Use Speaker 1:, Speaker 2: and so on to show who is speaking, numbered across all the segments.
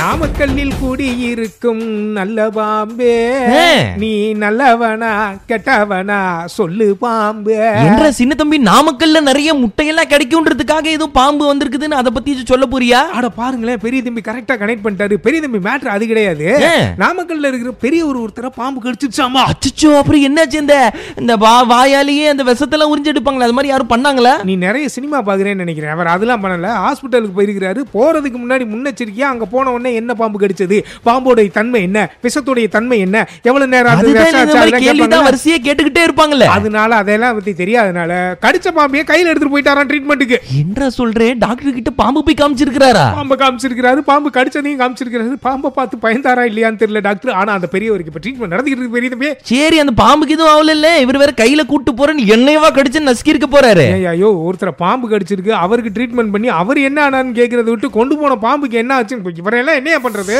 Speaker 1: நாமக்கல்லில் குடியிருக்கும் நல்ல பாம்பே
Speaker 2: ஏ.
Speaker 1: நீ நல்லவனா கெட்டவனா சொல்லு பாம்பே
Speaker 2: என்ற சின்ன தம்பி நாமக்கல்ல நிறைய முட்டையெல்லாம் கிடைக்கும்ன்றதுக்காக ஏதோ பாம்பு வந்திருக்குதுன்னு அதை பத்தி சொல்ல போறியா
Speaker 1: அட பாருங்களேன் பெரிய தம்பி கரெக்டா கனெக்ட் பண்ணிட்டாரு பெரிய தம்பி மேட்டர் அது கிடையாது
Speaker 2: ஏ.
Speaker 1: நாமக்கல்ல இருக்கிற பெரிய ஒரு ஒருத்தர பாம்பு கடிச்சிச்சாமா
Speaker 2: அச்சோ அப்புறம் என்னாச்சு இந்த இந்த வா வாயாலேயே அந்த விஷத்தெல்லாம் உறிஞ்சு எடுப்பாங்களே அது மாதிரி யாரும் பண்ணாங்களா
Speaker 1: நீ நிறைய சினிமா பாக்குறேன்னு நினைக்கிறேன் அவர் அதெல்லாம் பண்ணல ஹாஸ்பிட்டலுக்கு போயிருக்கிறாரு போறதுக்கு முன்னாடி முன்னெச்சரிக்கையா அங்க போன உடனே என்ன பாம்பு கடிச்சது பாம்போடைய தன்மை என்ன விஷத்துடைய தன்மை என்ன எவ்வளவு நேரம் அது
Speaker 2: அதுதான் இந்த
Speaker 1: விஷம் ஆச்சு,
Speaker 2: மாதிரி கேள்விதான்
Speaker 1: அதெல்லாம் கேட்பாங்கல்ல.
Speaker 2: வரிசையா கேட்டுக்கிட்டே இருப்பாங்கல்ல
Speaker 1: அதனால அதெல்லாம் பத்தி தெரியாதனால கடிச்ச பாம்பையே கையில எடுத்துட்டு போயிட்டாராம் ட்ரீட்மெண்ட்டுக்கு
Speaker 2: என்ன சொல்றேன் டாக்டர் கிட்ட பாம்பு போய் காமிச்சிருக்கிறாரா
Speaker 1: பாம்பை காமிச்சிருக்கிறாரு பாம்பு கடிச்சதையும் காமிச்சிருக்கிறாரு பாம்பை பார்த்து பயந்தாரா இல்லையான்னு தெரியல டாக்டர் ஆனா அந்த பெரியவருக்கு இப்ப ட்ரீட்மெண்ட் நடந்துகிட்டு இருக்கு பெரிய தம்பி
Speaker 2: சரி அந்த பாம்புக்கு எதுவும் ஆகல இல்ல இவர் வேற கையில கூட்டு போறேன்னு என்னையவா கடிச்சு நசுக்கி இருக்க போறாரு
Speaker 1: ஏய், ஐயோ ஒருத்தரை பாம்பு கடிச்சிருக்கு அவருக்கு ட்ரீட்மெண்ட் பண்ணி அவர் என்ன ஆனான்னு கேட்கறத விட்டு கொண்டு போன பாம்புக்கு என்ன ஆச்சுன்னு இவரையெல்லாம் என்ன பண்றது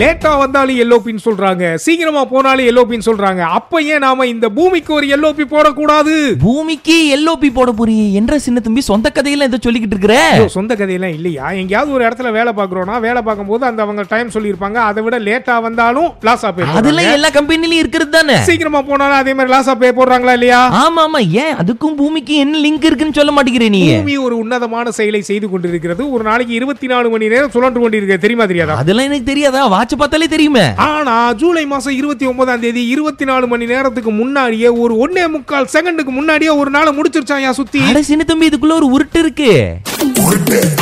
Speaker 1: லேட்டா வந்தாலும் எல்லோ பின் சொல்றாங்க சீக்கிரமா போனாலும் எல்லோ பின் சொல்றாங்க அப்ப ஏன் நாம இந்த பூமிக்கு ஒரு எல்லோ பி போடக்கூடாது
Speaker 2: பூமிக்கு எல்ஓபி போட போறீங்க என்ற சின்ன தம்பி சொந்த கதையெல்லாம் ஏதோ சொல்லிக்கிட்டு இருக்கிற
Speaker 1: ஐயோ, சொந்த கதையெல்லாம் இல்லையா எங்கேயாவது ஒரு இடத்துல வேலை பார்க்குறோம்னா வேலை பார்க்கும்போது அந்த அவங்க டைம் சொல்லியிருப்பாங்க அதை விட லேட்டா வந்தாலும் லாஸா பே
Speaker 2: அதெல்லாம் எல்லா கம்பெனிலயும் இருக்கிறது தானே
Speaker 1: சீக்கிரமா போனாலும் அதே மாதிரி லாஸா பே போடுறாங்களா இல்லையா
Speaker 2: ஆமா ஆமா ஏன் அதுக்கும் பூமிக்கு என்ன லிங்க் இருக்குன்னு சொல்ல மாட்டேங்கிற நீ
Speaker 1: பூமி ஒரு உன்னதமான செயலை செய்து கொண்டிருக்கிறது ஒரு நாளைக்கு இருபத்தி நாலு மணி நேரம் சுழன்று கொண்டிருக்க தெரியுமா தெரியாதா
Speaker 2: அதெல்லாம் எனக்கு தெரியாதா வாட்ச் பார்த்தாலே தெரியுமே
Speaker 1: ஆனா ஜூலை மாசம் இருபத்தி ஒன்பதாம் தேதி இருபத்தி நாலு மணி நேரத்துக்கு முன்னாடியே ஒரு ஒன்னே முக்கால் செகண்டுக்கு முன்னாடியே ஒரு நாளை முடிச்சிருச்சான் யா சுத்தி
Speaker 2: அட சின்ன தம்பி இதுக்குள்ள ஒரு உருட்டு இருக்கு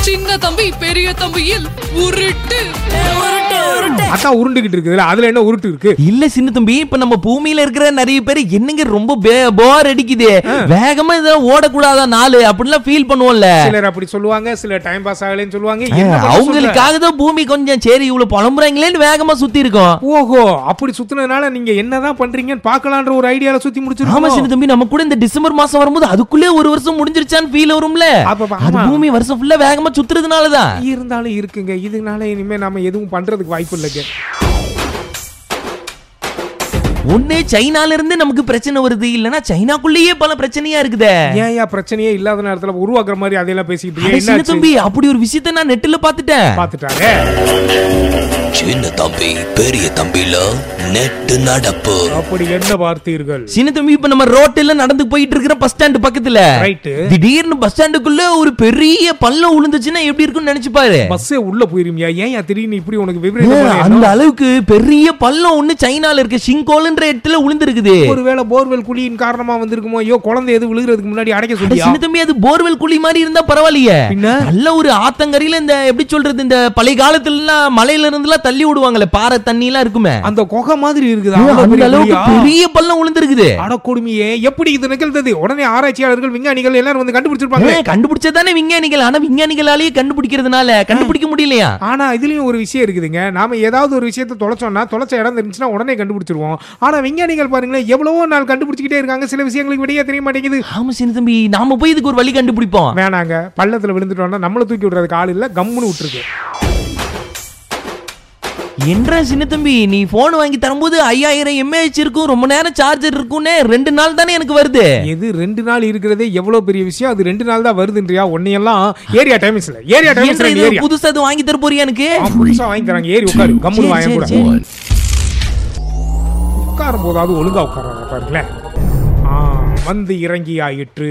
Speaker 3: சின்ன தம்பி பெரிய தம்பியில் உருட்டு உருட்டு உருட்டு
Speaker 1: அதான் உருண்டுகிட்டு இருக்குதுல அதுல என்ன உருட்டு இருக்கு
Speaker 2: இல்ல சின்ன தம்பி இப்ப நம்ம பூமியில இருக்கிற நிறைய பேர் என்னங்க ரொம்ப போர் அடிக்குது வேகமா இதெல்லாம் ஓடக்கூடாதா நாலு அப்படிலாம் ஃபீல் பண்ணுவோம்ல
Speaker 1: சிலர் அப்படி சொல்லுவாங்க சிலர் டைம் பாஸ் ஆகலைன்னு சொல்லுவாங்க என்ன பண்ண சொல்ற?
Speaker 2: அவங்களுக்காக தான் பூமி கொஞ்சம் சரி இவ்வளவு புலம்புறாங்களேன்னு வேகமா சுத்தி இருக்கும்
Speaker 1: ஓஹோ அப்படி சுத்துனதுனால நீங்க என்னதான் பண்றீங்கன்னு பார்க்கலான்ற ஒரு ஐடியால சுத்தி
Speaker 2: ஆமா
Speaker 1: முடிச்சிருக்கோம்
Speaker 2: சின்ன தம்பி நம்ம கூட இந்த டிசம்பர் மாசம் வரும்போது அதுக்குள்ளே ஒரு வருஷம் முடிஞ்சிருச்சான்னு ஃபீல் வரும்ல
Speaker 1: அப்ப ஆமா.
Speaker 2: அது பூமி வருஷம் ஃபுல்லா வேகமா சுத்துறதுனாலதான்
Speaker 1: இருந்தாலும் இருக்குங்க இதனால இனிமே நாம எதுவும் பண்றதுக்கு வாய்ப்பு இல்லைங்க
Speaker 2: ஒண்ணு சைனால இருந்து நமக்கு பிரச்சனை வருது இல்லனா சைனாக்குள்ளேயே பல பிரச்சனையா இருக்குதே
Speaker 1: ஏன் ஏன் பிரச்சனையே இல்லாத நேரத்துல உருவாக்குற மாதிரி அதையெல்லாம் பேசிட்டு
Speaker 2: அட
Speaker 1: இருக்கீங்க?
Speaker 2: சின்ன
Speaker 1: என்னாச்சு
Speaker 2: தம்பி அப்படி ஒரு விஷயத்த நான் நெட்டுல பாத்துட்டேன்
Speaker 1: பாத்துட்டாங்க
Speaker 4: சின்ன தம்பி பெரிய தம்பில நெட்டு நடப்பு
Speaker 1: அப்படி என்ன பார்த்தீர்கள்
Speaker 2: சின்ன தம்பி இப்ப நம்ம ரோட்ல நடந்து போயிட்டு இருக்கிற பஸ் ஸ்டாண்ட் பக்கத்துல
Speaker 1: Right.
Speaker 2: திடீர்னு பஸ் ஸ்டாண்டுக்குள்ள ஒரு பெரிய பள்ளம் உளுந்துச்சுன்னா எப்படி இருக்கும்னு நினைச்சு பாரு
Speaker 1: பஸ்ஸே உள்ள போயிருமியா ஏன் ஏன் திடீர்னு இப்படி உனக்கு
Speaker 2: ஏ,
Speaker 1: விபரீதமான
Speaker 2: அந்த
Speaker 1: எண்ணம்?
Speaker 2: அளவுக்கு பெரிய பள்ளம் ஒண்ணு சைனால இருக்கு ஷிங்கோல்ன்ற இடத்துல உளுந்துருக்குது
Speaker 1: ஒருவேளை போர்வெல் குழியின் காரணமா வந்திருக்குமோ ஐயோ குழந்தை எது விழுகிறதுக்கு முன்னாடி அடைக்க
Speaker 2: அட
Speaker 1: சொல்லியா
Speaker 2: சின்ன தம்பி அது போர்வெல் குழி மாதிரி இருந்தா பரவாயில்லையே
Speaker 1: பின்ன?
Speaker 2: நல்ல ஒரு ஆத்தங்கரையில இந்த எப்படி சொல்றது இந்த பழைய காலத்துல எல்லாம் மலையில இருந்து எல்லாம் தள்ளி விடுவாங்களே பாறை தண்ணி எல்லாம் இருக்குமே
Speaker 1: அந்த கொகை மாதிரி இருக்குதா
Speaker 2: ஐயோ,
Speaker 1: அவ்வளவு
Speaker 2: அந்த
Speaker 1: பெரிய
Speaker 2: அளவுக்கு
Speaker 1: குழியா?
Speaker 2: பெரிய பள்ளம் விழுந்திருக்குது
Speaker 1: அட கொடுமையே எப்படி இது நிகழ்ந்தது உடனே ஆராய்ச்சியாளர்கள் விஞ்ஞானிகள் எல்லாரும் வந்து கண்டுபிடிச்சிருப்பாங்க
Speaker 2: ஏன், கண்டுபிடிச்சதுதானே விஞ்ஞானிகள் ஆனா விஞ்ஞானிகளாலேயே கண்டுபிடிக்கிறதுனால கண்டுபிடிக்க முடியலையா
Speaker 1: ஆனா இதுலயும் ஒரு விஷயம் இருக்குதுங்க நாம ஏதாவது ஒரு விஷயத்தை தொலைச்சோம்னா தொலைச்ச இடம் தெரிஞ்சுன்னா உடனே கண்டுபிடிச்சிருவோம் ஆனா விஞ்ஞானிகள் பாருங்களேன் எவ்வளவோ நாள் கண்டுபிடிச்சிக்கிட்டே இருக்காங்க சில விஷயங்களுக்கு விடையே தெரிய மாட்டேங்குது
Speaker 2: ஆமா சின்ன தம்பி நாம போய் இதுக்கு ஒரு வழி கண்டுபிடிப்போம்
Speaker 1: வேணாங்க பள்ளத்துல விழுந்துட்டோம்னா நம்மள தூக்கி விடுறதுக்கு ஆள் இல்ல கம்முன்னு விட்டுருக்கு
Speaker 2: என்ற சின்ன தம்பி நீ போன் வாங்கி தரும்போது ஐயாயிரம் எம்ஏஹெச் இருக்கும் ரொம்ப நேரம் சார்ஜர் இருக்கும்னு ரெண்டு நாள் தானே எனக்கு வருது
Speaker 1: எது ரெண்டு நாள் இருக்கிறதே எவ்வளவு பெரிய விஷயம் அது ரெண்டு நாள் தான் வருதுன்றியா உன்னையெல்லாம் ஏரியா டைமிங்ஸ்ல ஏரியா
Speaker 2: என்ற
Speaker 1: டைமிங்ஸ்ல
Speaker 2: இது
Speaker 1: ஏரியா
Speaker 2: புதுசா இது வாங்கி தர போறியா எனக்கு
Speaker 1: புதுசா வாங்கி தராங்க ஏறி உட்காரு கம்முன்னு
Speaker 2: சரி,
Speaker 1: வாங்க கூட
Speaker 2: சரி, சரி.
Speaker 1: உட்காரும் போதாவது ஒழுங்கா உட்காராங்க பாருங்களேன் ஆ, வந்து இறங்கி ஆயிற்று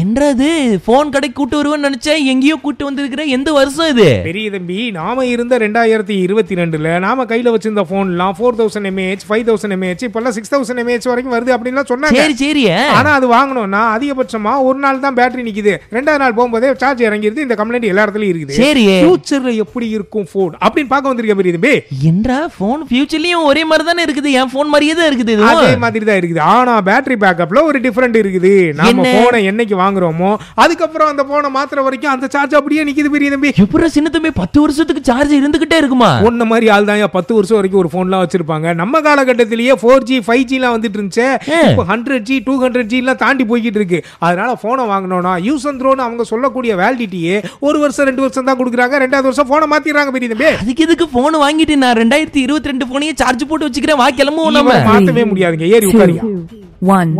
Speaker 2: என்றது போன் கடைக்கு கூட்டு வருவேன்னு நினைச்சேன் எங்கேயோ கூட்டு வந்திருக்கிற எந்த வருஷம் இது
Speaker 1: பெரிய தம்பி நாம இருந்த ரெண்டாயிரத்தி இருபத்தி ரெண்டுல நாம கையில வச்சிருந்த போன்லாம் four thousand mAh five thousand mAh இப்பெல்லாம் சிக்ஸ் தௌசண்ட் எம்ஏஹெச் வரைக்கும் வருது அப்படின்லாம் சொன்னாங்க
Speaker 2: சரி சரி ஆ.
Speaker 1: ஆனா அது வாங்கணும்னா அதிகபட்சமா ஒரு நாள் தான் பேட்டரி நிக்குது ரெண்டாவது நாள் போகும்போதே சார்ஜ் இறங்கிருது இந்த கம்ப்ளைண்ட் எல்லா இடத்துலயும் இருக்குது
Speaker 2: சரி
Speaker 1: ஃபியூச்சர்ல எப்படி இருக்கும் போன் அப்படின்னு பார்க்க வந்திருக்க பெரிய தம்பி
Speaker 2: என்றா போன் ஃபியூச்சர்லயும் ஒரே மாதிரி தானே இருக்குது என் போன் மாதிரியே தான் இருக்குது
Speaker 1: அதே
Speaker 2: இதுவும்
Speaker 1: மாதிரி தான் இருக்குது ஆனா பேட்டரி பேக்கப்ல ஒரு டிஃபரன்ஸ் டிஃபரெண்ட் இருக்குது நம்ம
Speaker 2: என்ன?
Speaker 1: போனை என்னைக்கு வாங்குறோமோ அதுக்கப்புறம் அந்த போனை மாத்திர வரைக்கும் அந்த சார்ஜ் அப்படியே நிக்குது பெரிய தம்பி
Speaker 2: எப்படா சின்ன தம்பி பத்து வருஷத்துக்கு சார்ஜ் இருந்துகிட்டே இருக்குமா
Speaker 1: ஒன்ன மாதிரி ஆள் தான் பத்து வருஷம் வரைக்கும் ஒரு போன்லாம் வச்சிருப்பாங்க நம்ம காலகட்டத்திலேயே ஃபோர் ஜி ஃபைவ் ஜிலாம் வந்துட்டு இருந்துச்சு
Speaker 2: ஏ.
Speaker 1: இப்போ ஹண்ட்ரட் ஜி டூ ஹண்ட்ரட் ஜிலாம் தாண்டி போய்கிட்டு இருக்கு அதனால போனை வாங்கினோம்னா யூஸ் அண்ட் த்ரோன்னு அவங்க சொல்லக்கூடிய வேலிடிட்டியே ஒரு வருஷம் ரெண்டு வருஷம் தான் கொடுக்குறாங்க ரெண்டாவது வருஷம் போனை மாத்திடுறாங்க பெரிய தம்பி
Speaker 2: அதுக்கு எதுக்கு போன் வாங்கிட்டு நான் ரெண்டாயிரத்தி இருபத்தி ரெண்டு போனையே சார்ஜ் போட்டு வச்சுக்கிறேன் வா கிளம்புவோம் நம்ம
Speaker 1: இவனை மாத்தவே முடியாதுங்க ஏறி உட்காரியா
Speaker 5: one.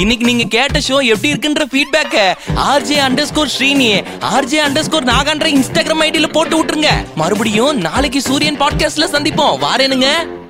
Speaker 4: இன்னைக்கு நீங்க கேட்ட ஷோ எப்படி இருக்குன்ற ஃபீட்பேக்க RJ under score Srini RJ under score நாகான்ற இன்ஸ்டாகிராம் ஐடியில போட்டு விட்டுருங்க மறுபடியும் நாளைக்கு சூரியன் பாட்காஸ்ட்ல சந்திப்போம் வாரேனுங்க